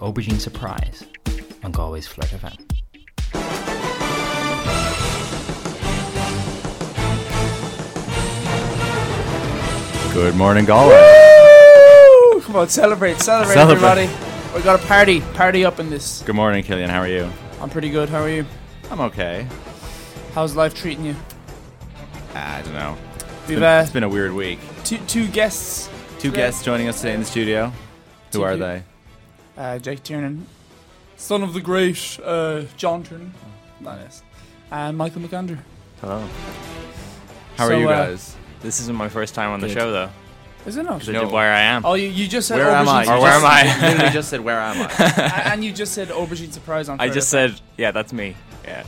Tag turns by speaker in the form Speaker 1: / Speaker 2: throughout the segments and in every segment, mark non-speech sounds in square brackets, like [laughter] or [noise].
Speaker 1: Aubergine Surprise on Galway's Flight FM.
Speaker 2: Good morning, Galway.
Speaker 3: Woo! Come on, celebrate, celebrate,
Speaker 2: Celebrate.
Speaker 3: everybody. We got a party, party up in this.
Speaker 2: Good morning, Killian. How are you?
Speaker 3: I'm pretty good. How are you?
Speaker 2: I'm okay.
Speaker 3: How's life treating you?
Speaker 2: I don't know. It's
Speaker 3: We've
Speaker 2: been,
Speaker 3: uh,
Speaker 2: it's been a weird week.
Speaker 3: two, two guests,
Speaker 2: Two guests joining us today in the studio. Who
Speaker 3: Two
Speaker 2: are
Speaker 3: peop-
Speaker 2: they?
Speaker 3: uh, Jake Tiernan, son of the great uh, John Tiernan,
Speaker 2: Mm.
Speaker 3: that is, and Michael McAnder.
Speaker 4: Hello.
Speaker 2: How
Speaker 3: So,
Speaker 2: are you
Speaker 3: uh,
Speaker 2: guys?
Speaker 4: This isn't my first time on the
Speaker 2: Good.
Speaker 4: show though.
Speaker 3: Is it not?
Speaker 4: Because
Speaker 2: No.
Speaker 4: I did where I am.
Speaker 3: Oh, you, you just said
Speaker 2: Where am I?
Speaker 3: aubergine
Speaker 4: Or
Speaker 2: You
Speaker 4: where
Speaker 2: just-
Speaker 4: am
Speaker 2: [laughs]
Speaker 4: I?
Speaker 2: you literally just said, Where am I?
Speaker 3: surprise- and you just said aubergine surprise on.
Speaker 4: I
Speaker 3: Friday.
Speaker 4: just said, yeah, that's me. Yeah.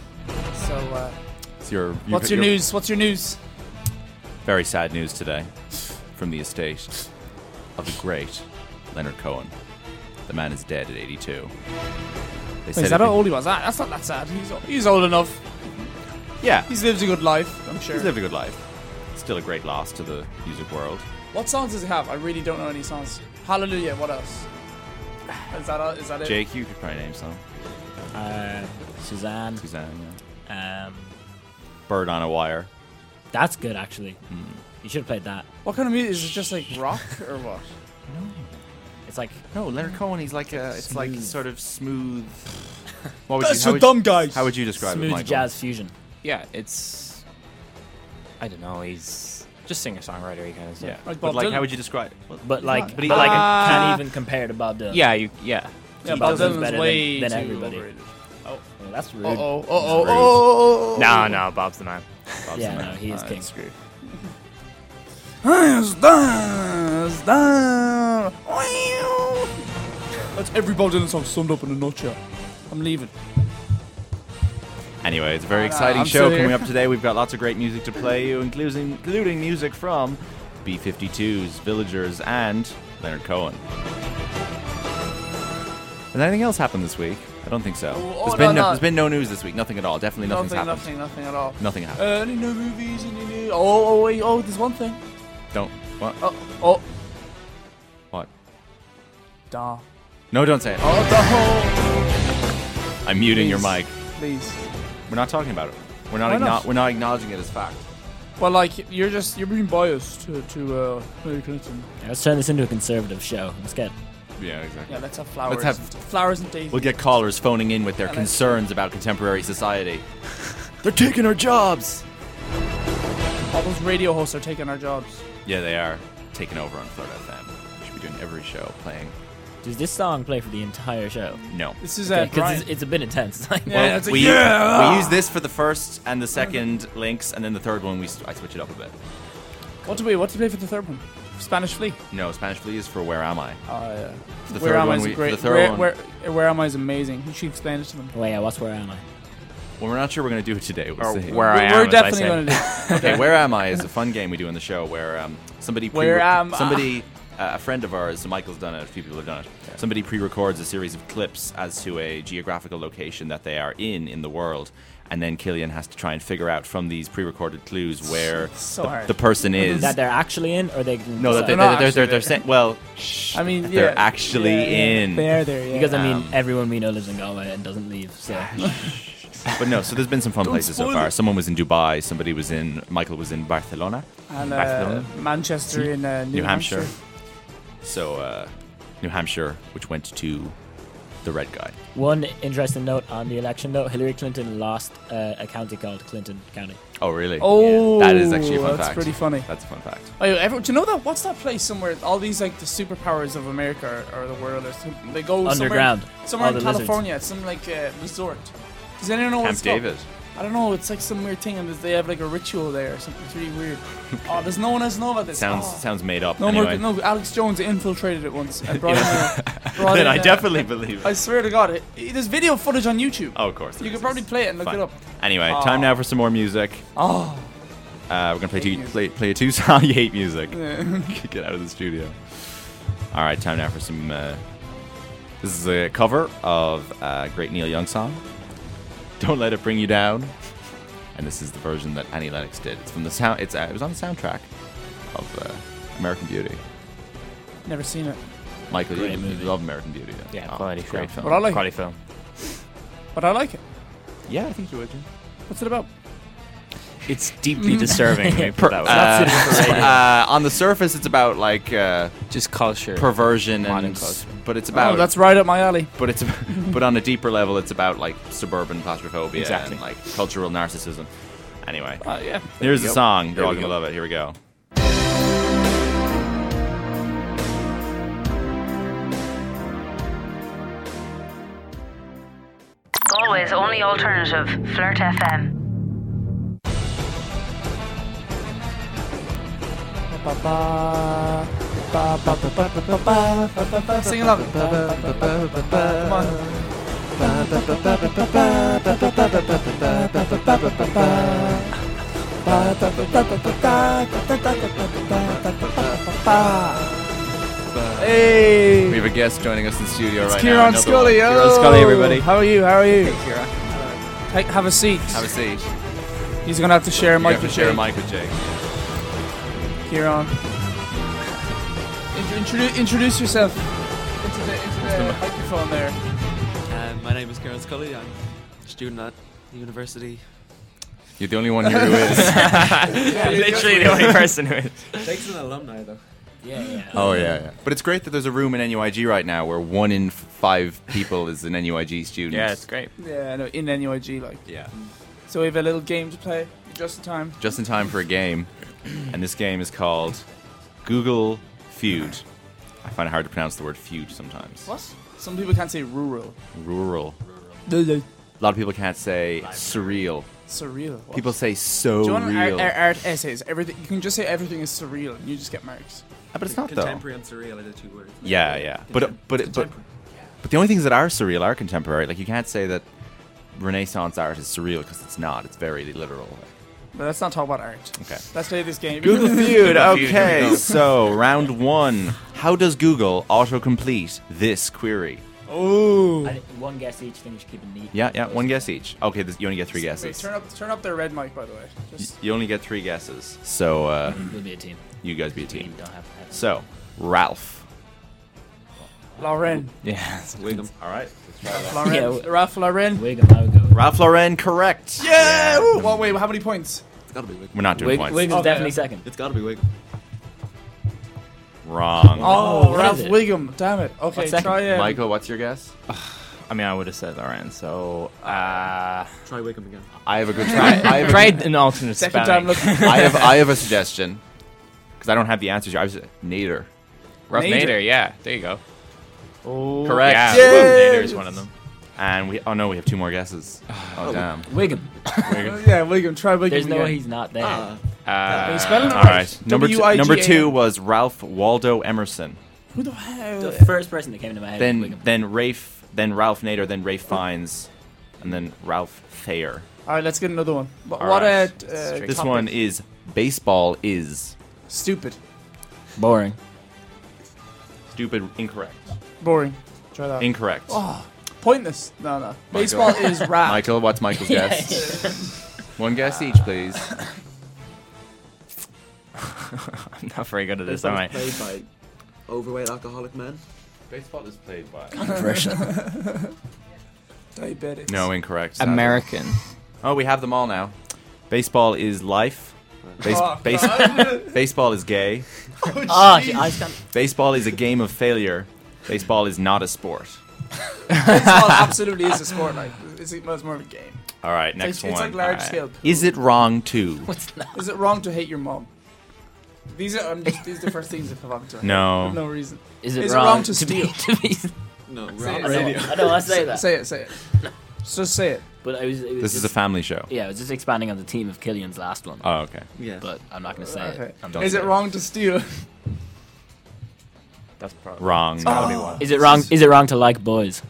Speaker 3: So, uh,
Speaker 2: It's your, you-
Speaker 3: what's your
Speaker 2: you're-
Speaker 3: news? What's your news?
Speaker 2: Very sad news today from the estate of the great Leonard Cohen. The man is dead at 82. They
Speaker 3: Wait, is
Speaker 2: it-
Speaker 3: that how old he was? Ah, that's not that sad. He's o- he's old enough.
Speaker 2: Yeah.
Speaker 3: He's lived a good life. I'm sure.
Speaker 2: He's lived a good life. Still a great loss to the music world.
Speaker 3: What songs does it have? I really don't know any songs. Hallelujah. What else? Is that all- is that it?
Speaker 2: Jake, you could probably name some.
Speaker 5: Uh, Suzanne.
Speaker 2: Suzanne, yeah.
Speaker 5: Um,
Speaker 2: Bird on a Wire.
Speaker 5: that's good actually. You should have played that.
Speaker 3: What kind of music is it? Just like rock or what?
Speaker 5: It's like
Speaker 2: No, Leonard Cohen. He's like a. It's like
Speaker 5: Smooth.
Speaker 2: sort of smooth. What would
Speaker 3: That's
Speaker 2: how
Speaker 3: for
Speaker 2: would-
Speaker 3: dumb guys.
Speaker 2: How would you describe it,
Speaker 5: smooth
Speaker 2: Michael?
Speaker 5: jazz fusion.
Speaker 4: Yeah, it's. I don't know. He's just singer songwriter. He kind of
Speaker 2: Yeah,
Speaker 4: stuff.
Speaker 3: Like
Speaker 2: but
Speaker 3: Bob
Speaker 2: like,
Speaker 3: Dylan.
Speaker 2: how would you describe? it? Well,
Speaker 5: But like,
Speaker 2: but he-
Speaker 5: but like,
Speaker 3: Ah.
Speaker 5: I can't even compare to Bob Dylan.
Speaker 4: Yeah, you. Yeah.
Speaker 3: Yeah,
Speaker 5: He
Speaker 3: Bob
Speaker 5: does it
Speaker 3: Dylan's
Speaker 5: better than-
Speaker 3: way
Speaker 5: than
Speaker 3: too
Speaker 5: everybody.
Speaker 3: overrated.
Speaker 5: Well, that's rude.
Speaker 3: Uh oh. Uh oh. Oh.
Speaker 4: No, no, Bob's the man.
Speaker 2: Bob
Speaker 5: Yeah,
Speaker 2: Dylan.
Speaker 5: no, he is
Speaker 2: Uh,
Speaker 5: king.
Speaker 2: it's great.
Speaker 3: Hands down. hands down. Wow. That's every Bob Dylan song summed up in a nutshell. I'm leaving.
Speaker 2: Anyway, it's a very
Speaker 3: Uh,
Speaker 2: exciting
Speaker 3: I'm
Speaker 2: show
Speaker 3: still
Speaker 2: coming
Speaker 3: here.
Speaker 2: up today. We've got lots of great music to play you, including including music from B52s, Villagers, and Leonard Cohen. Has anything else happened this week? I don't think so.
Speaker 3: Oh, oh,
Speaker 2: there's been
Speaker 3: no, no.
Speaker 2: there's been no news this week. Nothing at all. Definitely nothing's
Speaker 3: nothing.
Speaker 2: happened.
Speaker 3: Nothing. Nothing at all.
Speaker 2: Nothing happened.
Speaker 3: Uh, any new movies? Any new? Oh, oh wait. Oh, there's one thing.
Speaker 2: don't what?
Speaker 3: Oh, oh.
Speaker 2: What?
Speaker 3: Da.
Speaker 2: No, don't say it.
Speaker 3: Oh, the whole.
Speaker 2: I'm muting your mic.
Speaker 3: Please. Please.
Speaker 2: We're not talking about it. We're not,
Speaker 3: Why
Speaker 2: igno-
Speaker 3: not?
Speaker 2: we're not acknowledging it as fact.
Speaker 3: Well, like you're just you're being biased to, to uh, Hillary Clinton.
Speaker 5: Yeah, Let's turn this into a conservative show. Let's get.
Speaker 2: Yeah, exactly.
Speaker 3: Yeah, let's have flowers.
Speaker 2: have-
Speaker 3: and- flowers and daisies.
Speaker 2: We'll get callers phoning in with their
Speaker 3: Yeah, let's-
Speaker 2: concerns about contemporary
Speaker 3: [laughs]
Speaker 2: society. They're taking our jobs.
Speaker 3: All those radio hosts are taking our jobs.
Speaker 2: Yeah, they are taking over on Flirt FM. We should be doing every show playing.
Speaker 5: Does this song play for the entire show?
Speaker 2: No.
Speaker 3: This is uh,
Speaker 5: Because
Speaker 3: Brian.
Speaker 5: it's, it's a bit intense. [laughs] Like,
Speaker 3: Yeah. it's like,
Speaker 2: we,
Speaker 3: yeah!
Speaker 2: we use this for the first and the second links, and then the third one we s- I switch it up a bit.
Speaker 3: what do we what do we play for the third one? Spanish Flea.
Speaker 2: No, Spanish Flea is for Where Am I?
Speaker 3: Oh yeah.
Speaker 2: For the
Speaker 3: where
Speaker 2: third
Speaker 3: am I
Speaker 2: one,
Speaker 3: is a
Speaker 2: we,
Speaker 3: great.
Speaker 2: for the third
Speaker 3: where,
Speaker 2: one.
Speaker 3: where where am I is amazing. You should explain it to them.
Speaker 5: Well, yeah. What's where am I?
Speaker 2: well, we're not sure we're going to do it today. We'll
Speaker 4: Or
Speaker 3: Oh,
Speaker 2: see.
Speaker 4: where I
Speaker 3: we're
Speaker 4: am.
Speaker 3: we're
Speaker 4: as I
Speaker 3: definitely
Speaker 4: say.
Speaker 3: gonna do.
Speaker 2: Okay, Where Am I is a fun game we do in the show where um, somebody pre-
Speaker 3: Where am I?
Speaker 2: somebody uh, a friend of ours, Michael's done it, a few people have done it. Somebody pre-records a series of clips as to a geographical location that they are in in the world, and then Killian has to try and figure out from these pre-recorded clues where
Speaker 3: so
Speaker 2: the,
Speaker 3: hard.
Speaker 2: the person is.
Speaker 5: That they're actually in, or they can
Speaker 2: no, that they,
Speaker 3: They're
Speaker 2: they're,
Speaker 3: not
Speaker 2: they're, they're, they're
Speaker 3: actually
Speaker 2: saying. Well,
Speaker 3: I [laughs] mean,
Speaker 2: they're
Speaker 3: yeah.
Speaker 2: actually
Speaker 3: Yeah, yeah.
Speaker 2: in.
Speaker 3: They are there. Yeah.
Speaker 5: because I mean,
Speaker 2: Um,
Speaker 5: everyone we know lives in Galway and doesn't leave. So
Speaker 2: But no, so there's been some fun
Speaker 3: Don't
Speaker 2: places so
Speaker 3: spoil
Speaker 2: far.
Speaker 3: it.
Speaker 2: Someone was in Dubai. Somebody was in. Michael was in Barcelona.
Speaker 3: and uh,
Speaker 2: Barcelona.
Speaker 3: Manchester in uh, New,
Speaker 2: New Hampshire. So, uh, New Hampshire, which went to the red guy.
Speaker 5: one interesting note on the election though: Hillary Clinton lost uh, a county called Clinton County.
Speaker 2: Oh, really?
Speaker 3: Oh,
Speaker 2: that is actually a fun
Speaker 3: that's
Speaker 2: fact.
Speaker 3: pretty funny.
Speaker 2: That's a fun fact.
Speaker 3: Oh, yeah, everyone, do you know that? What's that place somewhere? All these like the superpowers of America or, or the world, or some, they go
Speaker 5: Underground.
Speaker 3: somewhere, somewhere
Speaker 5: All
Speaker 3: in
Speaker 5: the lizards.
Speaker 3: California, at some like uh, resort. Does anyone know what
Speaker 2: Camp
Speaker 3: it's called?
Speaker 2: David.
Speaker 3: I don't know. It's like some weird thing, and they have like a ritual there or something. It's really
Speaker 2: [laughs]
Speaker 3: weird. oh, there's no one else know about this.
Speaker 2: Sounds
Speaker 3: Oh.
Speaker 2: sounds made up.
Speaker 3: No
Speaker 2: anyway.
Speaker 3: more. No, Alex Jones infiltrated it once
Speaker 2: [laughs]
Speaker 3: and brought in. A, brought
Speaker 2: then
Speaker 3: [laughs] in
Speaker 2: I
Speaker 3: a-
Speaker 2: definitely believe
Speaker 3: I
Speaker 2: it.
Speaker 3: swear to God, it, it- there's video footage on YouTube.
Speaker 2: Oh, of course.
Speaker 3: you
Speaker 2: there
Speaker 3: could
Speaker 2: is.
Speaker 3: probably play it and look
Speaker 2: Fine.
Speaker 3: it up.
Speaker 2: Anyway,
Speaker 3: Aw.
Speaker 2: time now for some more music.
Speaker 3: Oh,
Speaker 2: Uh, we're gonna play
Speaker 3: Hate
Speaker 2: two,
Speaker 3: music.
Speaker 2: play, play a two song. [laughs] you hate music. Get out of the studio. All right, time now for some. Uh, this is a cover of a great Neil Young song. Don't let it bring you down. And this is the version that Annie Lennox did. It's from the sound. It's uh, it was on the soundtrack of uh, American Beauty.
Speaker 3: [laughs] never seen it.
Speaker 2: Michael, you,
Speaker 5: Great
Speaker 2: you
Speaker 5: movie.
Speaker 2: love American Beauty. Yeah,
Speaker 4: Yeah,
Speaker 2: Oh,
Speaker 4: quality
Speaker 2: great
Speaker 4: film.
Speaker 2: film.
Speaker 3: But I like
Speaker 4: Quality film.
Speaker 3: But I like it.
Speaker 2: Yeah, I think you would. yeah.
Speaker 3: What's it about?
Speaker 4: It's [laughs] deeply disturbing. let me put it that way.
Speaker 2: Uh, [laughs] uh, on the surface, it's about like uh,
Speaker 4: just culture.
Speaker 2: perversion
Speaker 4: Modern
Speaker 2: and,
Speaker 4: culture.
Speaker 2: but it's about
Speaker 3: Oh, that's right up my alley.
Speaker 2: but it's [laughs] but on a deeper level, it's about like suburban claustrophobia
Speaker 4: Exactly.
Speaker 2: and like cultural narcissism. Anyway,
Speaker 3: Uh, yeah.
Speaker 2: here's the
Speaker 3: go.
Speaker 2: song. You're all
Speaker 3: we
Speaker 2: gonna
Speaker 3: go.
Speaker 2: love it. Here we go.
Speaker 6: Always only alternative. Flirt FM.
Speaker 3: Sing along. Come on. Hey.
Speaker 2: We have a guest joining us in studio
Speaker 3: It's
Speaker 2: right now.
Speaker 3: Kieran
Speaker 2: another
Speaker 3: Scully.
Speaker 2: one.
Speaker 3: oh.
Speaker 2: Kieran Scully, everybody.
Speaker 3: How are you? How are you? Take, have a seat.
Speaker 2: Have a seat.
Speaker 3: He's gonna have to share a
Speaker 2: You
Speaker 3: mic
Speaker 2: have to
Speaker 3: with
Speaker 2: share a
Speaker 3: Jake.
Speaker 2: mic with Jake.
Speaker 3: Kieran. Intro- introdu- introduce yourself into the, into the microphone there.
Speaker 7: Uh, my name is Karen Scully. I'm a student at the university.
Speaker 2: You're the only one here
Speaker 3: [laughs]
Speaker 2: who is.
Speaker 4: [laughs] Literally the only person who is.
Speaker 7: Jake's an alumni, though.
Speaker 5: Yeah, yeah.
Speaker 2: oh yeah, yeah. But it's great that there's a room in NUIG right now where one in five people is an NUIG student.
Speaker 4: Yeah, it's great.
Speaker 3: Yeah, no, in NUIG, like.
Speaker 2: yeah.
Speaker 3: So we have a little game to play, just in time.
Speaker 2: Just in time for a game, and this game is called Google Feud. I find it hard to pronounce the word feud sometimes.
Speaker 3: What? Some people can't say rural.
Speaker 2: Rural. A lot of people can't say surreal.
Speaker 3: Surreal. What?
Speaker 2: People say so
Speaker 3: Do you want an
Speaker 2: real.
Speaker 3: art, art, art essays? Everything you can just say everything is surreal, and you just get marks.
Speaker 2: Ah, but it's not though.
Speaker 7: Contemporary and surreal are the two words.
Speaker 2: Yeah, yeah. But it- but it- but but the only things that are surreal are contemporary. Like you can't say that Renaissance art is surreal because it's not. It's very literal.
Speaker 3: But let's not talk about art.
Speaker 2: Okay.
Speaker 3: Let's play this
Speaker 2: [laughs]
Speaker 3: game.
Speaker 2: Google
Speaker 3: [laughs]
Speaker 2: feud.
Speaker 7: Here we
Speaker 2: Okay,
Speaker 7: go.
Speaker 2: so round one. How does Google autocomplete this query?
Speaker 3: Oh.
Speaker 5: I think one guess each thing you should keep it neat.
Speaker 2: Yeah, yeah. One guess each. Okay, this, you only get three
Speaker 3: Wait,
Speaker 2: guesses.
Speaker 3: turn up, turn up their red mic, by the way. Just
Speaker 2: You only get three guesses. So uh,
Speaker 5: We'll be a team.
Speaker 2: you guys be a
Speaker 5: You
Speaker 2: team.
Speaker 5: don't have to have
Speaker 2: So Ralph.
Speaker 3: Lauren,
Speaker 4: Yeah.
Speaker 7: Wiggum.
Speaker 2: All right.
Speaker 3: Lauren,
Speaker 5: Yeah.
Speaker 3: Ralph Lauren.
Speaker 5: Wig and logo.
Speaker 2: Ralph Lauren, correct.
Speaker 3: Yeah. Ooh. Well, wait. How many points?
Speaker 7: It's gotta be Wiggum.
Speaker 2: We're not doing
Speaker 5: Wig,
Speaker 2: points.
Speaker 5: Wig is
Speaker 3: Okay.
Speaker 5: definitely second.
Speaker 7: It's gotta be Wiggum.
Speaker 2: Wrong.
Speaker 3: Oh,
Speaker 5: what
Speaker 3: Ralph
Speaker 5: is it?
Speaker 3: Wiggum. Damn it. Okay,
Speaker 5: What's second?
Speaker 3: try um,
Speaker 2: Michael, what's your guess?
Speaker 4: [sighs] I mean, I would have said Lauren. So uh,
Speaker 7: Try Wiggum again.
Speaker 2: I have a good try. I have a,
Speaker 4: tried an alternate
Speaker 3: Second time
Speaker 4: spelling.
Speaker 2: [laughs]
Speaker 3: looking.
Speaker 2: I have I have a suggestion because I don't have the answers. Here. I was Nader.
Speaker 4: Rough
Speaker 3: Nader.
Speaker 4: Nader. Yeah, there you go.
Speaker 2: Correct.
Speaker 4: Oh, Yeah,
Speaker 3: Yes.
Speaker 4: Nader is one of them.
Speaker 2: And we oh no, we have two more guesses.
Speaker 4: [sighs]
Speaker 2: Oh, damn.
Speaker 5: Wiggum.
Speaker 3: yeah, Wiggum. Try Wiggum.
Speaker 5: There's no
Speaker 3: again.
Speaker 5: way he's not there.
Speaker 7: Ah,
Speaker 4: Uh,
Speaker 3: you spelling it
Speaker 2: All
Speaker 3: right?
Speaker 2: right. Number two,
Speaker 3: W I G A M.
Speaker 2: number two was Ralph Waldo Emerson.
Speaker 3: Who the hell?
Speaker 5: the first person that came to my head. was
Speaker 2: Then
Speaker 5: Wiggum.
Speaker 2: then Rafe. Then Ralph Nader. Then Rafe Fiennes. And then Ralph Thayer.
Speaker 3: All right, let's get another one. What,
Speaker 2: All
Speaker 3: what
Speaker 2: right.
Speaker 3: a uh,
Speaker 2: This
Speaker 3: topic.
Speaker 2: one is baseball is
Speaker 3: stupid,
Speaker 5: boring.
Speaker 2: stupid incorrect
Speaker 3: boring. Try that.
Speaker 2: incorrect.
Speaker 3: Pointless. No, no. Baseball
Speaker 2: [laughs]
Speaker 3: is rap.
Speaker 2: Michael, what's Michael's guess? One guess each, please.
Speaker 4: I'm not very good at this,
Speaker 7: it's
Speaker 4: am I?
Speaker 7: Uh, played by overweight alcoholic men.
Speaker 2: Baseball is played by.
Speaker 3: Diabetic.
Speaker 2: No, incorrect. sadly.
Speaker 4: American.
Speaker 2: Oh, we have them all now. Baseball is life. Base-
Speaker 3: Oh,
Speaker 2: base- [laughs] baseball is gay.
Speaker 5: Ah, shit, I can't.
Speaker 2: Baseball is a game of failure. Baseball is not a sport.
Speaker 3: Baseball absolutely is a sport. Like it's, it's more of a game.
Speaker 2: All right,
Speaker 3: It's,
Speaker 2: next
Speaker 3: it's
Speaker 2: one.
Speaker 3: like large
Speaker 4: Alright.
Speaker 3: scale.
Speaker 2: Is it wrong too?
Speaker 3: Is it wrong to hate your mom? These are I'm just, these are the first things that come up to me.
Speaker 2: No.
Speaker 3: For no reason.
Speaker 5: Is it
Speaker 3: Is it
Speaker 5: wrong,
Speaker 3: wrong to
Speaker 5: be- [laughs] be-
Speaker 2: [laughs]
Speaker 7: No, we're
Speaker 3: Say
Speaker 7: on
Speaker 3: it,
Speaker 7: the
Speaker 3: say
Speaker 7: radio.
Speaker 3: it.
Speaker 5: I don't want to say that.
Speaker 3: Say it. Say it. Just say it.
Speaker 5: But it was, it was
Speaker 2: This is
Speaker 5: just,
Speaker 2: a family show.
Speaker 5: Yeah, I was just expanding on the team of Killian's last one.
Speaker 2: Oh, okay.
Speaker 7: Yeah.
Speaker 5: but I'm not going to say
Speaker 3: Okay.
Speaker 5: it. I'm not
Speaker 3: Is it
Speaker 5: gonna-
Speaker 3: wrong to steal? [laughs]
Speaker 4: That's probably
Speaker 2: Wrong.
Speaker 3: Oh.
Speaker 5: Is it wrong? Is it wrong to like boys?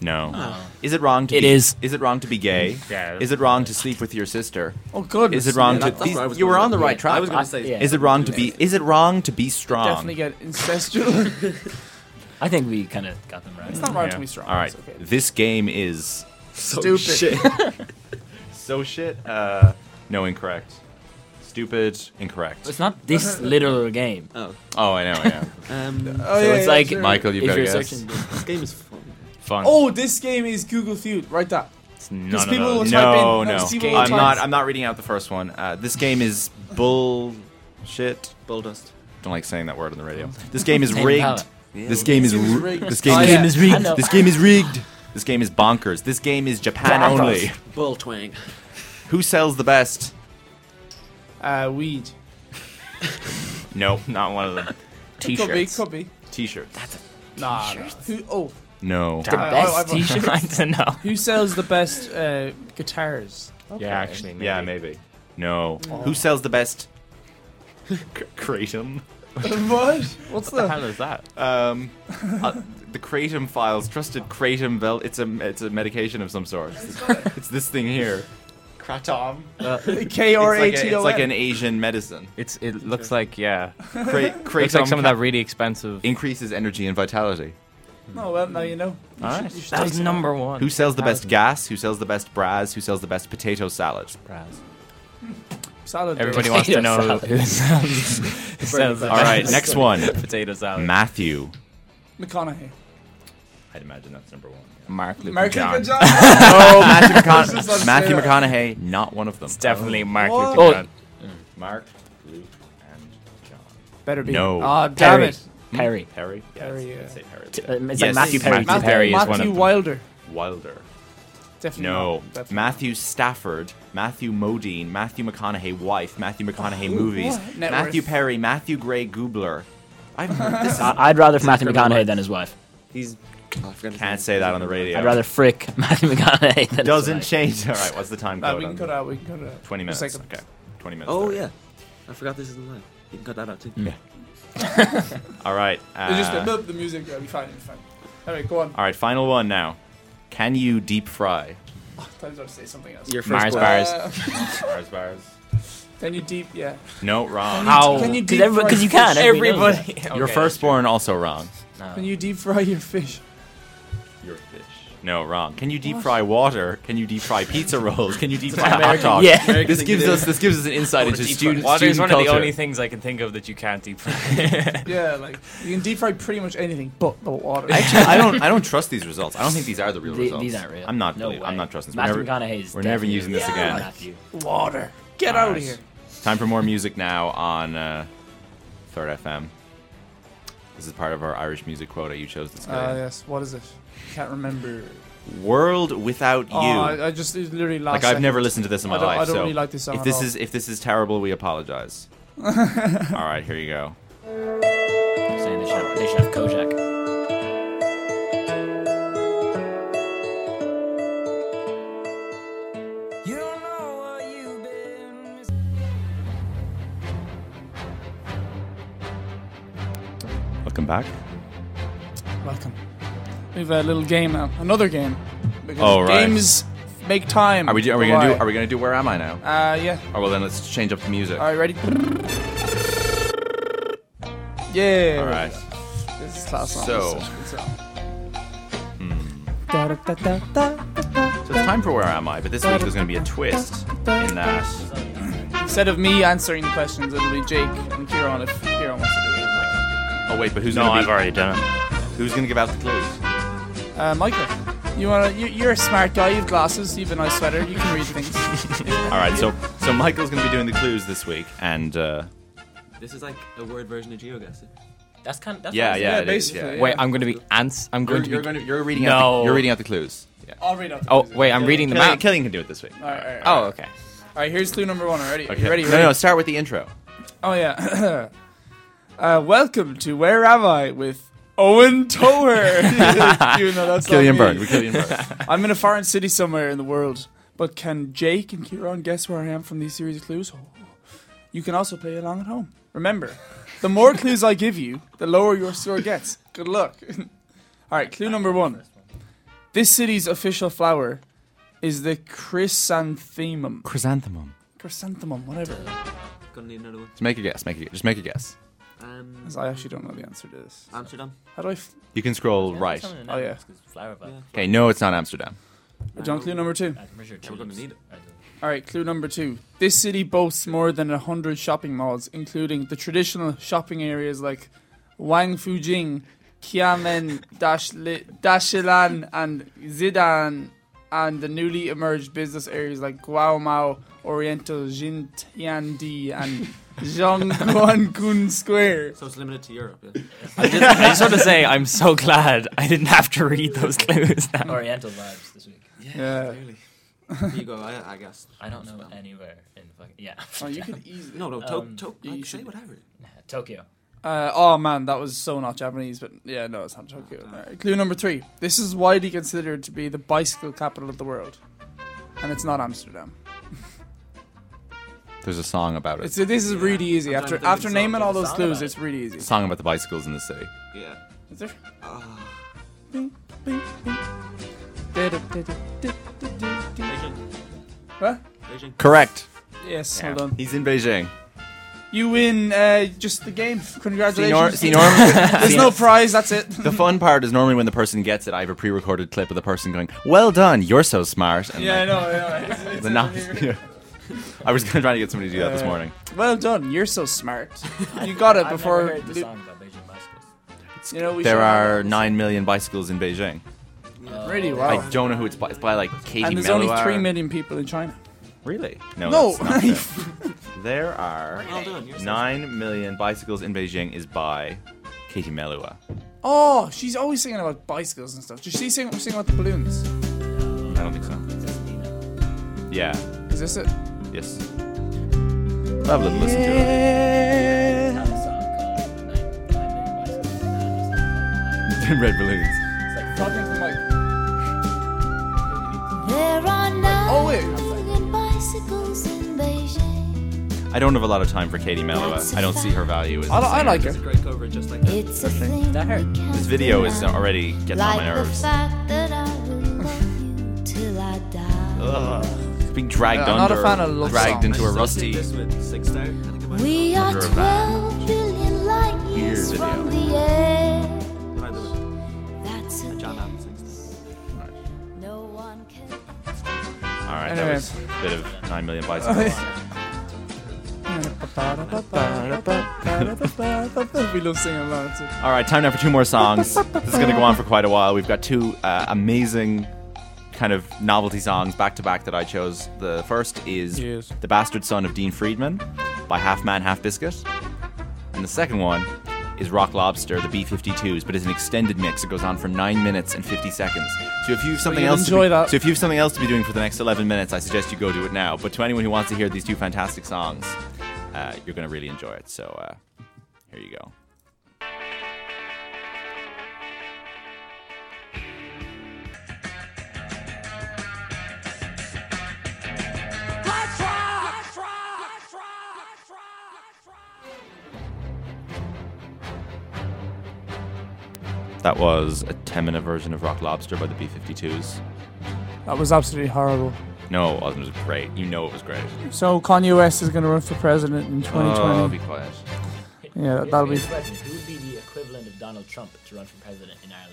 Speaker 2: No.
Speaker 3: Oh.
Speaker 2: Is it wrong to
Speaker 5: It
Speaker 2: be,
Speaker 5: is.
Speaker 2: Is it wrong to be gay?
Speaker 4: Yeah.
Speaker 2: Is it wrong to sleep with your sister?
Speaker 3: Oh good.
Speaker 2: Is it wrong
Speaker 7: Yeah,
Speaker 2: to
Speaker 7: that- that's
Speaker 2: these-
Speaker 7: what I was
Speaker 2: You were
Speaker 7: gonna-
Speaker 2: on the right
Speaker 7: yeah,
Speaker 2: track.
Speaker 7: I was gonna say.
Speaker 5: yeah.
Speaker 2: Is it wrong to be is it wrong to be strong?
Speaker 3: Definitely get incestual. [laughs]
Speaker 5: I think we kind of got them right.
Speaker 3: it's not wrong
Speaker 2: Yeah.
Speaker 3: to be strong.
Speaker 2: All right.
Speaker 3: It's okay.
Speaker 2: This game is
Speaker 7: So
Speaker 3: Stupid.
Speaker 7: [laughs] shit.
Speaker 2: so shit. Uh, no, incorrect. stupid, incorrect.
Speaker 5: It's not
Speaker 3: [laughs]
Speaker 5: this literal game.
Speaker 7: Oh.
Speaker 2: Oh, I know, yeah.
Speaker 7: Um,
Speaker 3: Oh,
Speaker 5: so
Speaker 3: yeah,
Speaker 5: it's
Speaker 3: yeah,
Speaker 5: like
Speaker 3: sure.
Speaker 2: Michael, you've
Speaker 5: if
Speaker 2: got to
Speaker 5: you're
Speaker 2: guess.
Speaker 5: searching,
Speaker 7: this game is fun.
Speaker 2: Fun.
Speaker 3: Oh, this game is Google Feud. Write that.
Speaker 4: It's none
Speaker 3: Because
Speaker 4: of
Speaker 3: people
Speaker 4: those.
Speaker 3: will type
Speaker 2: no,
Speaker 3: in.
Speaker 2: no.
Speaker 3: That's people will
Speaker 2: I'm
Speaker 3: type-
Speaker 2: not. I'm not reading out the first one. Uh, this game is bullshit.
Speaker 7: Bulldust.
Speaker 2: Don't like saying that word on the radio. This game is
Speaker 5: Tame Impala.
Speaker 2: rigged. This game is
Speaker 3: This game is
Speaker 2: ri-
Speaker 3: rigged.
Speaker 2: This game
Speaker 3: Oh,
Speaker 2: is
Speaker 3: yeah.
Speaker 2: is
Speaker 5: I know.
Speaker 2: rigged. This game is rigged. This game is bonkers. This game is Japan only.
Speaker 7: Bull twang.
Speaker 2: Who sells the best?
Speaker 3: Uh, weed.
Speaker 2: No, not one of
Speaker 3: [laughs]
Speaker 2: them.
Speaker 3: Copy,
Speaker 2: T-shirts.
Speaker 3: copy.
Speaker 2: T-shirts.
Speaker 3: Nah. nah. Who, oh,
Speaker 2: No.
Speaker 5: the
Speaker 3: I- I-
Speaker 5: best
Speaker 3: I've-
Speaker 5: t-shirt.
Speaker 4: I [laughs] don't know.
Speaker 3: [laughs] who sells the best uh, guitars?
Speaker 4: Yeah, actually, maybe.
Speaker 2: Yeah, maybe. No.
Speaker 3: Oh.
Speaker 2: Who sells the
Speaker 3: [laughs]
Speaker 2: best? C- Kratom.
Speaker 3: what? What's
Speaker 4: What the
Speaker 3: that?
Speaker 4: hell is that?
Speaker 2: Um, uh, the Kratom files, trusted Kratom Vel. It's a it's a medication of some sort. It's, [laughs] it's this thing here. Kratom.
Speaker 3: Uh, [laughs] K
Speaker 2: It's
Speaker 3: R A
Speaker 2: like, a-
Speaker 3: T O.
Speaker 2: it's like an Asian [laughs] medicine.
Speaker 4: It's. It looks like yeah.
Speaker 2: Kra- Kratom
Speaker 4: looks like some of
Speaker 2: ca-
Speaker 4: that really expensive.
Speaker 2: increases energy and vitality.
Speaker 3: No, Oh, well, now you know. You
Speaker 4: All
Speaker 3: should-
Speaker 4: right.
Speaker 3: you should
Speaker 4: That
Speaker 3: take
Speaker 4: was
Speaker 3: some.
Speaker 4: number one.
Speaker 2: Who sells the best gas? Who sells the best bras? Who sells the best potato salad?
Speaker 3: Salad.
Speaker 4: Everybody
Speaker 3: days.
Speaker 4: wants to
Speaker 5: [laughs] Potato
Speaker 4: know
Speaker 5: salad.
Speaker 4: who sells. who sells the
Speaker 2: All [laughs] right,
Speaker 4: best
Speaker 2: next one.
Speaker 4: potato
Speaker 2: Hmm.
Speaker 4: salad.
Speaker 2: Matthew.
Speaker 3: McConaughey.
Speaker 2: I'd imagine that's number one.
Speaker 4: Mark Luke
Speaker 3: American
Speaker 4: John.
Speaker 3: Good Job.
Speaker 2: Oh, Matthew, [laughs]
Speaker 3: just about to
Speaker 2: McCona-
Speaker 3: say
Speaker 2: Matthew
Speaker 3: that.
Speaker 2: McConaughey, not one of them.
Speaker 4: It's definitely Mark
Speaker 3: What?
Speaker 4: Luke
Speaker 5: Oh.
Speaker 4: John.
Speaker 2: Mark, Luke, and John.
Speaker 3: [laughs] Better be.
Speaker 2: No.
Speaker 3: Ah, damn
Speaker 5: Perry.
Speaker 3: it.
Speaker 5: Perry.
Speaker 2: Perry? Yeah,
Speaker 3: Perry,
Speaker 2: I'd
Speaker 3: yeah.
Speaker 2: say Perry.
Speaker 5: T- um, it's
Speaker 2: Yes,
Speaker 5: like Matthew Perry.
Speaker 4: Matthew Perry is one of
Speaker 3: Matthew
Speaker 4: them.
Speaker 3: Wilder.
Speaker 2: Wilder.
Speaker 3: Definitely.
Speaker 2: No.
Speaker 3: not. Definitely.
Speaker 2: Matthew Stafford, Matthew Modine, Matthew McConaughey wife, Matthew McConaughey movies,
Speaker 3: what? Net
Speaker 2: Matthew
Speaker 3: worth.
Speaker 2: Perry, Matthew Gray Goobler. I've
Speaker 3: [laughs]
Speaker 2: heard this.
Speaker 5: I- I'd rather Matthew
Speaker 7: Criminal
Speaker 5: McConaughey
Speaker 7: Minds.
Speaker 5: than his wife.
Speaker 7: He's. Oh, I forgot his name.
Speaker 2: Can't say that on the radio.
Speaker 5: I'd rather frick [laughs] Matthew McConaughey than
Speaker 2: Doesn't
Speaker 5: his wife.
Speaker 2: change. [laughs] All right, what's the time
Speaker 3: Nah,
Speaker 2: code
Speaker 3: we can
Speaker 2: on
Speaker 3: cut
Speaker 2: that?
Speaker 3: it out. We can cut it out.
Speaker 2: 20
Speaker 3: For
Speaker 2: minutes.
Speaker 3: seconds.
Speaker 2: Okay. 20 minutes.
Speaker 7: Oh
Speaker 2: 30.
Speaker 7: yeah, I forgot this is live. You can cut that out too.
Speaker 2: All right.
Speaker 3: They just
Speaker 2: uh,
Speaker 3: build the music. It'll be fine. It'll be fine. All right, go on.
Speaker 2: all right, final one now. Can you deep fry?
Speaker 3: Time's about to say something else.
Speaker 7: Your
Speaker 4: Mars
Speaker 7: first one.
Speaker 4: bars.
Speaker 3: Uh,
Speaker 2: Bars, bars.
Speaker 3: can you deep? Yeah.
Speaker 2: No, wrong.
Speaker 4: How?
Speaker 3: Can you
Speaker 5: Because
Speaker 3: deep?
Speaker 5: everyone-
Speaker 3: fry
Speaker 5: 'cause you
Speaker 3: fish?
Speaker 5: can. everyone knows
Speaker 3: [laughs]
Speaker 4: Everybody.
Speaker 2: Your
Speaker 4: Okay.
Speaker 2: firstborn also wrong.
Speaker 4: No.
Speaker 3: Can you deep fry your fish?
Speaker 2: Your fish. No, wrong. Can you deep fry water? Can you deep fry pizza rolls? Can you deep fry hot
Speaker 5: that.
Speaker 2: dogs?
Speaker 5: Yeah.
Speaker 2: This gives us this gives us an insight into student,
Speaker 4: Water is
Speaker 2: student
Speaker 4: one
Speaker 2: culture.
Speaker 4: of the only things I can think of that you can't deep fry.
Speaker 3: Yeah, like you can deep fry pretty much anything but the water.
Speaker 2: [laughs] Actually, I don't. I
Speaker 5: [laughs]
Speaker 2: don't trust these results. I don't think these are the real
Speaker 5: The-
Speaker 2: results.
Speaker 5: these aren't real.
Speaker 2: I'm not.
Speaker 5: No
Speaker 2: believe- I'm
Speaker 5: way.
Speaker 2: not trusting. this.
Speaker 5: Matthew
Speaker 2: We're never-
Speaker 5: McConaughey is
Speaker 2: We're never
Speaker 5: definitely
Speaker 2: using this again.
Speaker 5: Matthew.
Speaker 3: water. Get out of here.
Speaker 2: Time for more music now on uh, Third FM. This is part of our Irish music quota. You chose this.
Speaker 3: Uh,
Speaker 2: guy.
Speaker 3: yes. What is it? Can't remember.
Speaker 2: World without you.
Speaker 3: Oh, I, I just it was literally last.
Speaker 2: like I've never
Speaker 3: second.
Speaker 2: listened to this in my
Speaker 3: I don't-
Speaker 2: life.
Speaker 3: I don't
Speaker 2: so
Speaker 3: really like this song
Speaker 2: If
Speaker 3: at
Speaker 2: this
Speaker 3: all.
Speaker 2: is if this is terrible, we
Speaker 3: [laughs]
Speaker 2: apologize. all right, here you go.
Speaker 5: Saying they should have, they should have Kojak.
Speaker 2: Welcome back.
Speaker 3: Welcome. We've a little game now. Another game. Because
Speaker 2: Oh, right.
Speaker 3: Games make time.
Speaker 2: Are we do, are we
Speaker 3: Goodbye.
Speaker 2: gonna do are we gonna do where am I now?
Speaker 3: Uh, yeah.
Speaker 2: Oh well, then let's change up the music.
Speaker 3: All right, ready? Yeah.
Speaker 2: All right.
Speaker 3: This is class song.
Speaker 2: So-
Speaker 3: This is such a good song.
Speaker 2: So it's time for where am I? But this week there's gonna be a twist in that.
Speaker 3: Instead of me answering the questions, it'll be Jake and Kieran if Kieran wants to
Speaker 2: Oh wait, but who's
Speaker 4: [laughs] no,
Speaker 2: gonna be,
Speaker 4: I've already done it.
Speaker 2: who's gonna give out the clues?
Speaker 3: do it. Uh, Michael, you wanna? You, you're a smart guy. You have glasses. You have a nice sweater. You can
Speaker 2: [laughs]
Speaker 3: read things.
Speaker 2: All right, so so Michael's gonna be doing the clues this week, and uh,
Speaker 7: This is like a word version of GeoGuessr.
Speaker 5: That's kind. That's
Speaker 2: yeah, yeah,
Speaker 3: yeah,
Speaker 5: what
Speaker 2: it is,
Speaker 3: basically,
Speaker 2: yeah.
Speaker 3: yeah.
Speaker 4: Wait, I'm going to be ants. I'm
Speaker 2: You're,
Speaker 4: going
Speaker 2: you're
Speaker 4: to be.
Speaker 2: gonna you're reading out
Speaker 4: No.
Speaker 2: the, you're reading out the clues. Yeah.
Speaker 3: I'll read out. the
Speaker 4: Oh
Speaker 3: quizzes.
Speaker 4: wait, I'm
Speaker 3: Yeah,
Speaker 4: reading the
Speaker 2: Killian,
Speaker 4: map.
Speaker 2: Killian can do it this week.
Speaker 3: All right, all right, all right.
Speaker 4: Oh okay.
Speaker 3: All right, here's clue number one already.
Speaker 2: Okay.
Speaker 3: Ready?
Speaker 2: no,
Speaker 3: ready?
Speaker 2: no, start with the
Speaker 4: [laughs]
Speaker 2: intro.
Speaker 3: Oh yeah. [laughs] uh, welcome to Where Am I with Owen Tower. [laughs] you know that's not
Speaker 2: Killian
Speaker 3: me.
Speaker 2: Byrne. with Killian Byrne.
Speaker 3: I'm in a foreign city somewhere in the world, but can Jake and Kieran guess where I am from these series of clues? Oh, You can also play along at home. Remember, the more clues I give you, the lower your score gets. Good luck. [laughs] All right, clue number one. This city's official flower is the chrysanthemum.
Speaker 2: [laughs] Chrysanthemum.
Speaker 3: Chrysanthemum, whatever.
Speaker 7: Gonna need another one.
Speaker 2: Just make a guess. Make a just make a guess.
Speaker 7: Um,
Speaker 3: 'Cause I actually don't know the answer to this.
Speaker 7: Amsterdam.
Speaker 3: How do I? F-
Speaker 2: You can scroll right.
Speaker 3: Oh, yeah.
Speaker 5: Flower vibe.
Speaker 2: Okay, no, it's not Amsterdam.
Speaker 3: John, clue number two.
Speaker 5: I'm pretty sure
Speaker 7: Yeah, we're gonna
Speaker 5: tulips
Speaker 7: need it.
Speaker 5: are the-
Speaker 3: All right, clue number two. This city boasts more than 100 shopping malls, including the traditional shopping areas like Wangfujing, Xiamen, Dashli- Dashilan, and Zidan, and the newly emerged business areas like Guaomao, Oriental, Jintiandi, and Zhongguankun Square.
Speaker 7: So it's limited to Europe. Yeah.
Speaker 4: I just, I just want to say I'm [laughs] so glad I didn't have to read those clues. Now.
Speaker 5: [laughs] Oriental vibes this week.
Speaker 3: Yeah.
Speaker 7: Clearly.
Speaker 2: [laughs]
Speaker 7: you go. I, I guess.
Speaker 5: I don't know
Speaker 7: Spell.
Speaker 5: anywhere in fucking yeah. [laughs]
Speaker 3: Oh, you could easily.
Speaker 7: No, no. To-
Speaker 5: Um,
Speaker 7: to-
Speaker 3: you
Speaker 7: like,
Speaker 3: should-
Speaker 7: say whatever.
Speaker 5: Tokyo.
Speaker 3: Uh, oh man, that was so not Japanese, but yeah, no, it's not Tokyo. Alright, Clue number three. This is widely considered to be the bicycle capital of the world, and it's not Amsterdam.
Speaker 2: There's a song about it.
Speaker 3: It's, this is really easy.
Speaker 7: I'm trying
Speaker 3: After
Speaker 7: to think
Speaker 3: after
Speaker 7: it's
Speaker 3: naming
Speaker 7: not-
Speaker 3: all
Speaker 5: it's
Speaker 3: those
Speaker 5: not
Speaker 3: clues,
Speaker 5: about
Speaker 3: it's really easy.
Speaker 2: a song about the bicycles in the city.
Speaker 7: Yeah.
Speaker 3: Is there?
Speaker 7: Ah. Beijing.
Speaker 3: What?
Speaker 7: Beijing.
Speaker 2: Correct.
Speaker 3: Yes, hold on.
Speaker 2: He's in Beijing.
Speaker 3: You win uh, just the game. [laughs]
Speaker 2: See, nor-
Speaker 3: Congratulations.
Speaker 2: see,
Speaker 3: [laughs]
Speaker 2: norm-
Speaker 3: There's no prize, that's it. [laughs]
Speaker 2: the fun part is normally when the person gets it, I have a pre-recorded clip of the person going, "Well done, you're so smart." And
Speaker 3: yeah, I
Speaker 2: like,
Speaker 3: know, I
Speaker 2: [laughs]
Speaker 3: know. It's- it's
Speaker 2: the novice-
Speaker 3: over here.
Speaker 2: [laughs] yeah. I was gonna try to get somebody to do that this
Speaker 3: Uh,
Speaker 2: morning.
Speaker 3: Well done, you're so smart. You got it
Speaker 5: I've
Speaker 3: before.
Speaker 5: never heard the
Speaker 3: Lu-
Speaker 5: song about Beijing bicycles.
Speaker 3: You know, we
Speaker 2: There
Speaker 3: should-
Speaker 2: are nine million bicycles in Beijing.
Speaker 3: Really?
Speaker 5: Oh.
Speaker 3: Wow.
Speaker 2: I don't know who it's by. It's by like Katie
Speaker 3: and there's
Speaker 2: Melua.
Speaker 3: only three million people in China.
Speaker 2: Really? No.
Speaker 3: No. [laughs]
Speaker 2: that's not fair. there are
Speaker 7: Well done. You're so
Speaker 2: nine million bicycles in Beijing. Is by Katie Melua.
Speaker 3: Oh, she's always singing about bicycles and stuff. Does she sing, sing about the balloons?
Speaker 2: I don't think so. Yeah.
Speaker 3: Is this it?
Speaker 2: Yes. I've listen to it.
Speaker 5: Have a song called Nine- Nine Million Bicycles. And
Speaker 2: [laughs] Red balloons.
Speaker 5: It's like fucking
Speaker 8: There are nine
Speaker 3: Oh, wait.
Speaker 8: million bicycles in Beijing.
Speaker 2: I don't have a lot of time for Katie Melua. I don't see her value as. a
Speaker 3: I, li-
Speaker 2: singer.
Speaker 3: I like
Speaker 7: It's a
Speaker 3: her. [laughs]
Speaker 7: great cover, just like that.
Speaker 8: It's a thing
Speaker 5: That hurt.
Speaker 8: we can't
Speaker 2: This video is
Speaker 8: deny.
Speaker 2: already getting on
Speaker 8: like
Speaker 2: my
Speaker 8: the
Speaker 2: nerves.
Speaker 8: fact that I will love you till I die.
Speaker 2: Ugh. Being dragged
Speaker 3: Yeah, I'm not
Speaker 2: under,
Speaker 3: a fan of love
Speaker 2: dragged
Speaker 3: songs.
Speaker 2: into a
Speaker 7: I
Speaker 2: rusty.
Speaker 7: associate This with Six Star. I think it might be
Speaker 8: We are
Speaker 2: Under a van.
Speaker 8: 12 billion light years
Speaker 2: Weird
Speaker 8: from
Speaker 2: video.
Speaker 8: the edge.
Speaker 7: By the way,
Speaker 8: That's a
Speaker 7: John
Speaker 8: thing
Speaker 7: Adams sings this.
Speaker 8: no one can.
Speaker 2: All right,
Speaker 3: Anyway.
Speaker 2: that was a bit of nine million
Speaker 3: [laughs]
Speaker 2: bicycles.
Speaker 3: we love singing about it.
Speaker 2: All right, time now for two more songs. This is going to go on for quite a while. We've got two uh, amazing kind of novelty songs back to back that I chose. The first is
Speaker 3: Yes.
Speaker 2: The Bastard Son of Dean Friedman by Half Man, Half Biscuit. And the second one is Rock Lobster, the B 52s, but it's an extended mix. It goes on for 9 minutes and 50 seconds. So if you have something
Speaker 3: you'll
Speaker 2: else to
Speaker 3: enjoy
Speaker 2: be,
Speaker 3: that.
Speaker 2: So if you have something else to be doing for the next 11 minutes, I suggest you go do it now. But to anyone who wants to hear these two fantastic songs, uh, you're going to really enjoy it. So uh, here you go. That was a 10 minute version of Rock Lobster by the B 52s.
Speaker 3: That was absolutely horrible.
Speaker 2: No, it wasn't. It was great. You know it was great.
Speaker 3: So Kanye West is going to run for president in
Speaker 2: Oh,
Speaker 3: 2020.
Speaker 2: be quiet.
Speaker 3: yeah, that- that'll be.
Speaker 5: Who would be the equivalent of Donald Trump to run for president in Ireland?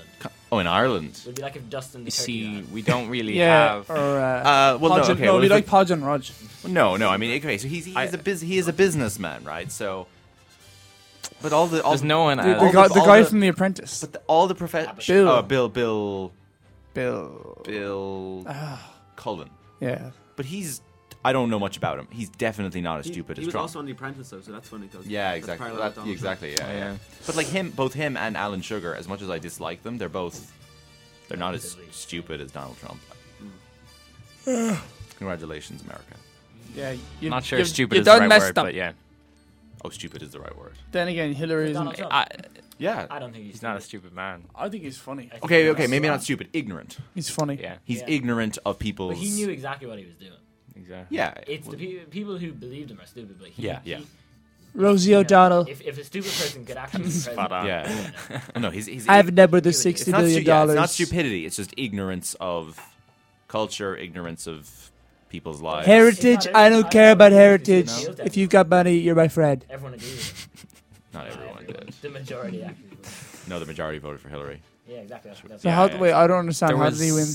Speaker 2: Oh, in Ireland.
Speaker 5: Would it be like if Dustin the Turkey
Speaker 4: See,
Speaker 5: ran.
Speaker 4: we don't really
Speaker 3: Yeah,
Speaker 4: have.
Speaker 3: or uh,
Speaker 2: Uh, well,
Speaker 3: Podge
Speaker 2: no,
Speaker 3: and-
Speaker 2: okay.
Speaker 3: no,
Speaker 2: well,
Speaker 3: we
Speaker 2: if Uh,
Speaker 3: like
Speaker 2: it-
Speaker 3: Podge and Raj.
Speaker 2: no, no. I mean, okay. So he's, he's
Speaker 4: I-
Speaker 2: a bus- he is a businessman, right? So, but all the all
Speaker 4: There's
Speaker 2: the,
Speaker 4: no one uh,
Speaker 3: The,
Speaker 4: else.
Speaker 3: the guy,
Speaker 2: the-
Speaker 3: the
Speaker 2: all
Speaker 3: guy
Speaker 2: the-
Speaker 3: from The Apprentice.
Speaker 2: but the, all the professionals.
Speaker 3: Bill.
Speaker 2: Oh, Bill, Bill,
Speaker 3: Bill.
Speaker 2: Bill, Cullen.
Speaker 3: Yeah.
Speaker 2: But he's I don't know much about him. He's definitely not as
Speaker 7: He,
Speaker 2: stupid
Speaker 7: he
Speaker 2: as
Speaker 7: was
Speaker 2: Trump.
Speaker 7: also on The Apprentice, though, so that's funny. 'cause
Speaker 2: yeah,
Speaker 7: that's
Speaker 2: exactly.
Speaker 7: parallel
Speaker 2: That-
Speaker 7: with Donald Trump.
Speaker 2: exactly. Yeah, yeah.
Speaker 4: yeah.
Speaker 2: But like him, both him and Alan Sugar, as much as I dislike them, they're both they're not as stupid as Donald Trump. Congratulations, America.
Speaker 3: Yeah. You,
Speaker 4: Not sure
Speaker 3: you,
Speaker 4: if stupid
Speaker 3: you
Speaker 4: is the
Speaker 3: done
Speaker 4: right
Speaker 3: messed
Speaker 4: word,
Speaker 3: up.
Speaker 4: but yeah.
Speaker 2: Oh, stupid is the right word.
Speaker 3: Then again, Hillary
Speaker 5: Donald
Speaker 3: isn't.
Speaker 5: Trump.
Speaker 4: I,
Speaker 2: Yeah.
Speaker 5: I don't think he's,
Speaker 4: he's not a stupid man.
Speaker 3: I think he's funny.
Speaker 5: I think
Speaker 2: Okay,
Speaker 5: he's
Speaker 2: okay, maybe
Speaker 5: slow.
Speaker 2: not stupid, ignorant.
Speaker 3: He's funny.
Speaker 4: Yeah,
Speaker 2: He's
Speaker 5: Yeah.
Speaker 2: ignorant of people's.
Speaker 5: But he knew exactly what he was doing.
Speaker 4: exactly.
Speaker 2: Yeah.
Speaker 5: It's the pe- people who believed him are stupid, but he,
Speaker 4: Yeah,
Speaker 5: he-
Speaker 2: yeah.
Speaker 5: you
Speaker 3: Rosie
Speaker 5: know,
Speaker 3: O'Donnell.
Speaker 5: If, if a stupid person could actually be president,
Speaker 4: on.
Speaker 2: yeah.
Speaker 5: [laughs]
Speaker 2: yeah. Uh, [laughs] no, he's he's.
Speaker 3: I've never the
Speaker 5: It's
Speaker 2: it's
Speaker 5: not
Speaker 3: sixty
Speaker 2: not stu-
Speaker 3: million
Speaker 2: yeah, it's not
Speaker 3: dollars.
Speaker 2: stupidity. It's just ignorance of culture, ignorance of people's lives.
Speaker 3: Heritage. I don't care about heritage. If you've got money, you're my friend.
Speaker 5: everyone agrees with him.
Speaker 2: Not everyone
Speaker 5: Everyone.
Speaker 2: did.
Speaker 5: The majority actually.
Speaker 2: No, the majority voted for Hillary.
Speaker 5: Yeah, exactly. That's, that's
Speaker 3: So
Speaker 2: Yeah,
Speaker 3: how?
Speaker 2: yeah.
Speaker 3: Wait, I don't understand. How did he win?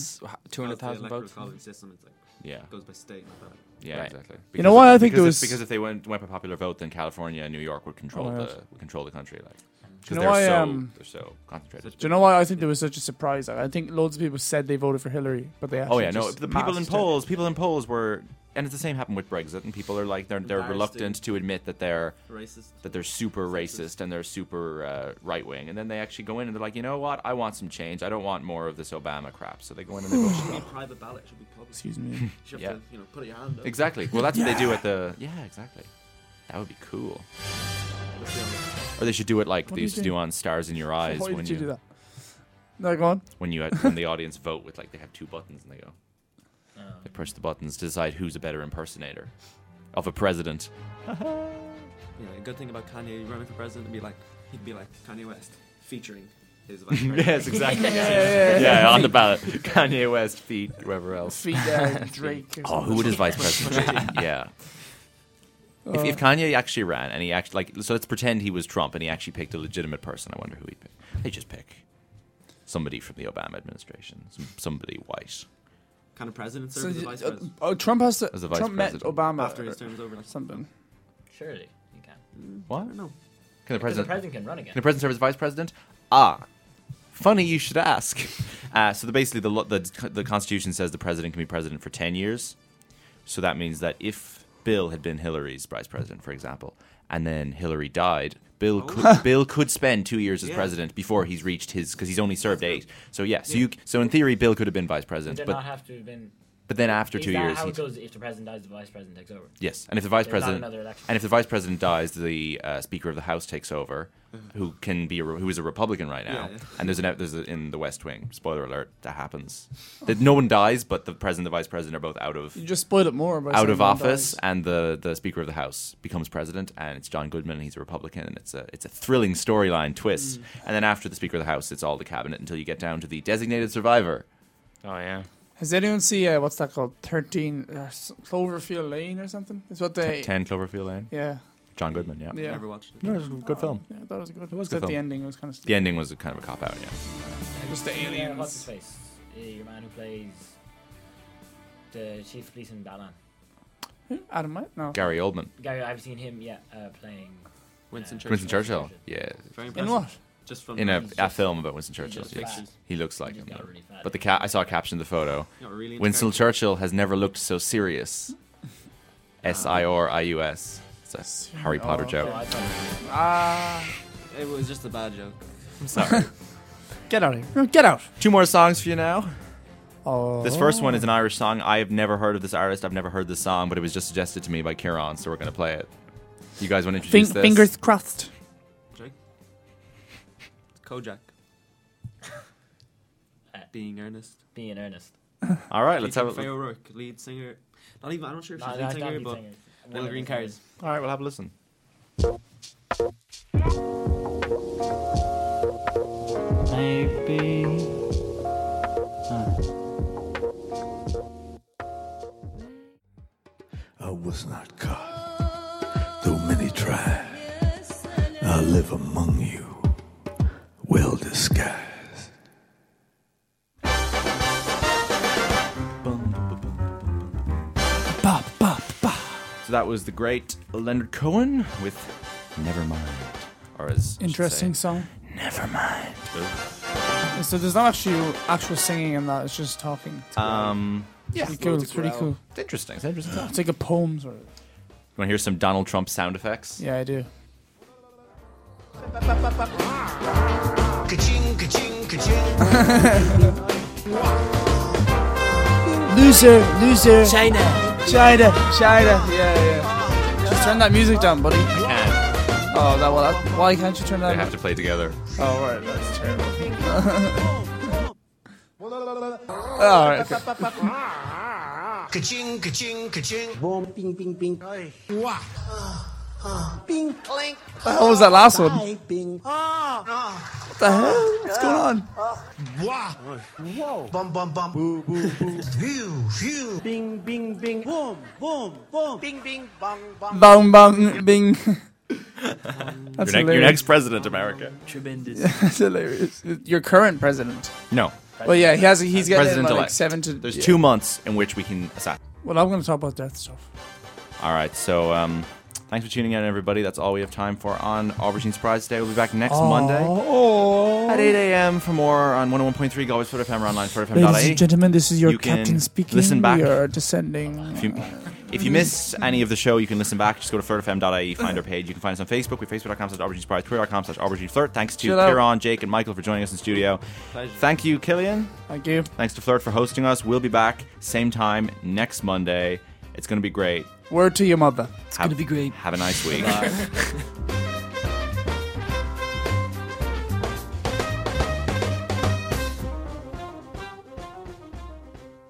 Speaker 4: Two hundred thousand votes.
Speaker 7: system. It's like
Speaker 2: Yeah,
Speaker 7: goes by state. Not that.
Speaker 2: yeah,
Speaker 4: Right.
Speaker 2: exactly.
Speaker 3: You know what? I think
Speaker 2: because
Speaker 3: there
Speaker 2: if-
Speaker 3: was-
Speaker 2: because if they went went by popular vote, then California and New York would control
Speaker 3: Oh my
Speaker 2: the
Speaker 3: God.
Speaker 2: would control the country. Like,
Speaker 3: Do you
Speaker 2: because
Speaker 3: know
Speaker 2: they're
Speaker 3: why,
Speaker 2: so
Speaker 3: um,
Speaker 2: they're so concentrated.
Speaker 3: Do you know why I think there was such a surprise? I think loads of people said they voted for Hillary, but they actually
Speaker 2: Oh yeah, no.
Speaker 3: just
Speaker 2: The people in
Speaker 3: massed it.
Speaker 2: polls, people in polls were, and it's the same happened with Brexit. And people are like, they're they're
Speaker 7: Embarrassed
Speaker 2: reluctant
Speaker 7: and-
Speaker 2: to admit that they're
Speaker 7: Racist.
Speaker 2: that they're super
Speaker 7: Sexist.
Speaker 2: racist and they're super uh, right wing, and then they actually go in and they're like, you know what? I want some change. I don't want more of this Obama crap. So they go in and they vote. for
Speaker 3: [sighs]
Speaker 7: Should be
Speaker 2: Trump.
Speaker 7: private ballot. Should be public.
Speaker 3: Excuse me.
Speaker 7: You should
Speaker 2: Yeah.
Speaker 7: have to, you know, put your hand up.
Speaker 2: Exactly. Well, that's what they do at the. Yeah, exactly. That would be cool.
Speaker 7: Let's be honest.
Speaker 2: Or they should do it like
Speaker 3: What
Speaker 2: they
Speaker 3: are you
Speaker 2: used to
Speaker 3: doing?
Speaker 2: do on Stars in Your Eyes
Speaker 3: Why
Speaker 2: when
Speaker 3: did you do that? No, go on.
Speaker 2: when you when the audience vote with like they have two buttons and they go. They push the buttons to decide who's a better impersonator of a president.
Speaker 7: Yeah, a good thing about Kanye running for president would be like he'd be like Kanye West featuring his
Speaker 2: [laughs]
Speaker 7: vice
Speaker 2: [laughs]
Speaker 7: president.
Speaker 2: yes, exactly. Yeah, on the ballot. Kanye West, feet, whoeever else.
Speaker 3: Feed uh, Drake. or
Speaker 2: Oh, who would his vice president? [laughs] be? yeah. If, if Kanye actually ran and he actually like, so let's pretend he was Trump and he actually picked a legitimate person. I wonder who he'd pick. They just pick somebody from the Obama administration, some, somebody white.
Speaker 7: Kind of president serve
Speaker 3: So,
Speaker 7: as a
Speaker 3: you-
Speaker 7: vice
Speaker 3: uh,
Speaker 7: president
Speaker 3: oh, Trump has to.
Speaker 2: As a vice
Speaker 3: Trump met
Speaker 2: president.
Speaker 3: Obama
Speaker 7: after his
Speaker 3: or
Speaker 7: term's over. Like,
Speaker 3: something.
Speaker 5: surely you can.
Speaker 2: What?
Speaker 7: no,
Speaker 2: Can the
Speaker 5: Because the
Speaker 2: president?
Speaker 5: president can run again.
Speaker 2: Can the president serve as vice president? Ah, funny you should
Speaker 5: [laughs]
Speaker 2: ask. Uh, so the, basically, the, lo- the the Constitution says the president can be president for ten years. So that means that if Bill had been Hillary's vice president, for example, and then Hillary died,
Speaker 5: Oh.
Speaker 2: Bill could Bill could spend two years as
Speaker 7: Yeah.
Speaker 2: president before he's reached his because he's only served eight. So yeah, so you so in theory, Bill could have been vice
Speaker 5: Would
Speaker 2: president,
Speaker 5: there
Speaker 2: but
Speaker 5: not have to have been?
Speaker 2: but then after
Speaker 5: is
Speaker 2: two
Speaker 5: that
Speaker 2: years,
Speaker 5: how
Speaker 2: he
Speaker 5: it goes? If the president dies, the vice president takes over.
Speaker 2: Yes, and if the vice
Speaker 5: There's not
Speaker 2: president
Speaker 5: another election.
Speaker 2: and if the vice president dies, the uh, speaker of the house takes over, who can be a, re- who is a Republican right now.
Speaker 7: Yeah, yeah.
Speaker 2: And there's an ep- there's a, in the West Wing. Spoiler alert, that happens. That no one dies, but the president and the vice president are both out of
Speaker 3: You just spoiled it more. By
Speaker 2: out
Speaker 3: saying
Speaker 2: of
Speaker 3: one
Speaker 2: office,
Speaker 3: dies.
Speaker 2: and the, the speaker of the house becomes president, and it's John Goodman, and he's a Republican, and it's a it's a thrilling storyline twist.
Speaker 5: Mm.
Speaker 2: And then after the speaker of the house, it's all the cabinet until you get down to the designated survivor.
Speaker 4: Oh yeah.
Speaker 3: Has anyone seen uh, what's that called? Thirteen uh, s- Cloverfield Lane or something? It's what they.
Speaker 2: Ten Cloverfield Lane,
Speaker 3: Yeah,
Speaker 2: John Goodman, yeah.
Speaker 3: yeah.
Speaker 7: never watched it.
Speaker 2: No, it was a good film.
Speaker 3: Yeah, that was good. It
Speaker 2: was
Speaker 3: was
Speaker 2: good
Speaker 3: The
Speaker 2: film.
Speaker 3: ending was kind of
Speaker 2: The ending was a kind of a cop out, yeah.
Speaker 3: Just the
Speaker 5: Yeah, what's his
Speaker 3: aliens.
Speaker 5: face? Uh, Your man who plays the chief of police in Batman.
Speaker 3: Adamite? No.
Speaker 2: Gary Oldman.
Speaker 5: Gary, I've seen him. Yeah, uh, playing.
Speaker 7: Winston
Speaker 5: Uh,
Speaker 7: Churchill.
Speaker 2: Winston Churchill.
Speaker 5: Churchill.
Speaker 2: Yeah.
Speaker 7: Very
Speaker 3: In
Speaker 7: impressive.
Speaker 3: what?
Speaker 7: Just from
Speaker 2: In a,
Speaker 7: he's
Speaker 2: a
Speaker 7: just-
Speaker 2: film about Winston
Speaker 5: He
Speaker 2: Churchill.
Speaker 5: just
Speaker 2: Yes.
Speaker 5: fat.
Speaker 2: He looks like
Speaker 5: He
Speaker 2: him.
Speaker 5: just got
Speaker 2: though.
Speaker 5: really fat.
Speaker 2: But the cat I saw a caption in the photo.
Speaker 7: you know, really into
Speaker 2: Winston
Speaker 7: character.
Speaker 2: Churchill has never looked so serious. S I R I U S. It's a Harry Potter
Speaker 3: Oh,
Speaker 5: So I
Speaker 2: joke.
Speaker 5: thought it was-
Speaker 3: Ah,
Speaker 7: It was just a bad joke.
Speaker 2: I'm sorry.
Speaker 3: get out of here! No, get out!
Speaker 2: [laughs] Two more songs for you now.
Speaker 3: Oh,
Speaker 2: This first one is an Irish song. I have never heard of this artist. I've never heard this song, but it was just suggested to me by Kieran, so we're going to play it. You guys want to
Speaker 3: Fing-
Speaker 2: introduce this?
Speaker 3: fingers crossed.
Speaker 7: Jake. Kojak. Being earnest.
Speaker 5: Being in earnest.
Speaker 2: All right, let's have a
Speaker 7: Featuring Fionn O'Rourke, lead singer. Not even. I'm not sure if she's
Speaker 5: No,
Speaker 7: lead
Speaker 5: no, it's not
Speaker 7: singer,
Speaker 5: lead
Speaker 7: but
Speaker 5: singer. One
Speaker 7: Little
Speaker 5: of
Speaker 7: Green
Speaker 5: the
Speaker 7: Cards.
Speaker 2: All right, we'll have a listen.
Speaker 9: Maybe. I was not caught, though many tried. I live among you, well disguised.
Speaker 3: Ba ba ba.
Speaker 2: So that was the great Leonard Cohen with Nevermind. Or as I should
Speaker 3: Interesting
Speaker 2: say,
Speaker 3: song.
Speaker 2: Nevermind.
Speaker 3: So there's not actually actual singing in that. It's just talking.
Speaker 2: Um,
Speaker 3: yeah, pretty cool. It's pretty cool.
Speaker 2: it's interesting. It's an interesting. song.
Speaker 3: It's like a poem sort of.
Speaker 2: You want to hear some Donald Trump sound effects?
Speaker 3: Yeah, I [laughs] do. Loser, loser. China, China, China. Yeah, yeah. Just turn that music down, buddy.
Speaker 2: And
Speaker 3: Oh, that well. That, why can't you turn
Speaker 2: they
Speaker 3: that?
Speaker 2: have
Speaker 3: down?
Speaker 2: to play together.
Speaker 3: Oh, right. That's terrible. [laughs] All right. Okay.
Speaker 10: Ah. Ka-ching, ka-ching, ka-ching. Boom, bing, bing, bing. Ay. Wah. Uh, bing, clink.
Speaker 3: What was that last one?
Speaker 10: Ay, bing. Ah. Ah.
Speaker 3: What the hell? What's going on?
Speaker 10: Wah. Whoa. Bum, bum, bum. Boo, boo, boo. phew, phew. Bing, bing, bing. Boom, boom, boom. Bing, bing, bong, bong.
Speaker 3: Bang, bang, bing. That's
Speaker 2: your, ne- your
Speaker 3: hilarious.
Speaker 2: next president, America.
Speaker 11: Tremendous.
Speaker 3: That's hilarious. Your current president.
Speaker 2: No.
Speaker 3: Well, yeah, he has. He's getting
Speaker 2: president
Speaker 3: like
Speaker 2: elect.
Speaker 3: seven to.
Speaker 2: There's
Speaker 3: yeah.
Speaker 2: two months in which we can assassinate.
Speaker 3: Well, I'm going to talk about that stuff.
Speaker 2: All right, so um, thanks for tuning in, everybody. That's all we have time for on Aubergine Surprise Today. We'll be back next Monday
Speaker 3: Oh.
Speaker 2: at 8 a.m. for more on 101.3 Galway's Foot FM or online
Speaker 3: Ladies and
Speaker 2: footfm.ie.
Speaker 3: gentlemen, this is your
Speaker 2: You can
Speaker 3: captain speaking.
Speaker 2: listen back.
Speaker 3: We are descending.
Speaker 2: If you, if you missed any of the show, you can listen back. Just go to flirtfm.ie, find our page. You can find us on Facebook. We're facebook.com slash aubergine surprise, twitter.com slash aubergine flirt. Thanks to
Speaker 3: Chill out.
Speaker 2: Kieran, Jake, and Michael for joining us in studio.
Speaker 7: Pleasure.
Speaker 2: Thank you, Killian.
Speaker 3: Thank you.
Speaker 2: Thanks to Flirt for hosting us. We'll be back same time next Monday. It's going to be great.
Speaker 3: Word to your mother.
Speaker 2: It's going to be great. Have a nice week.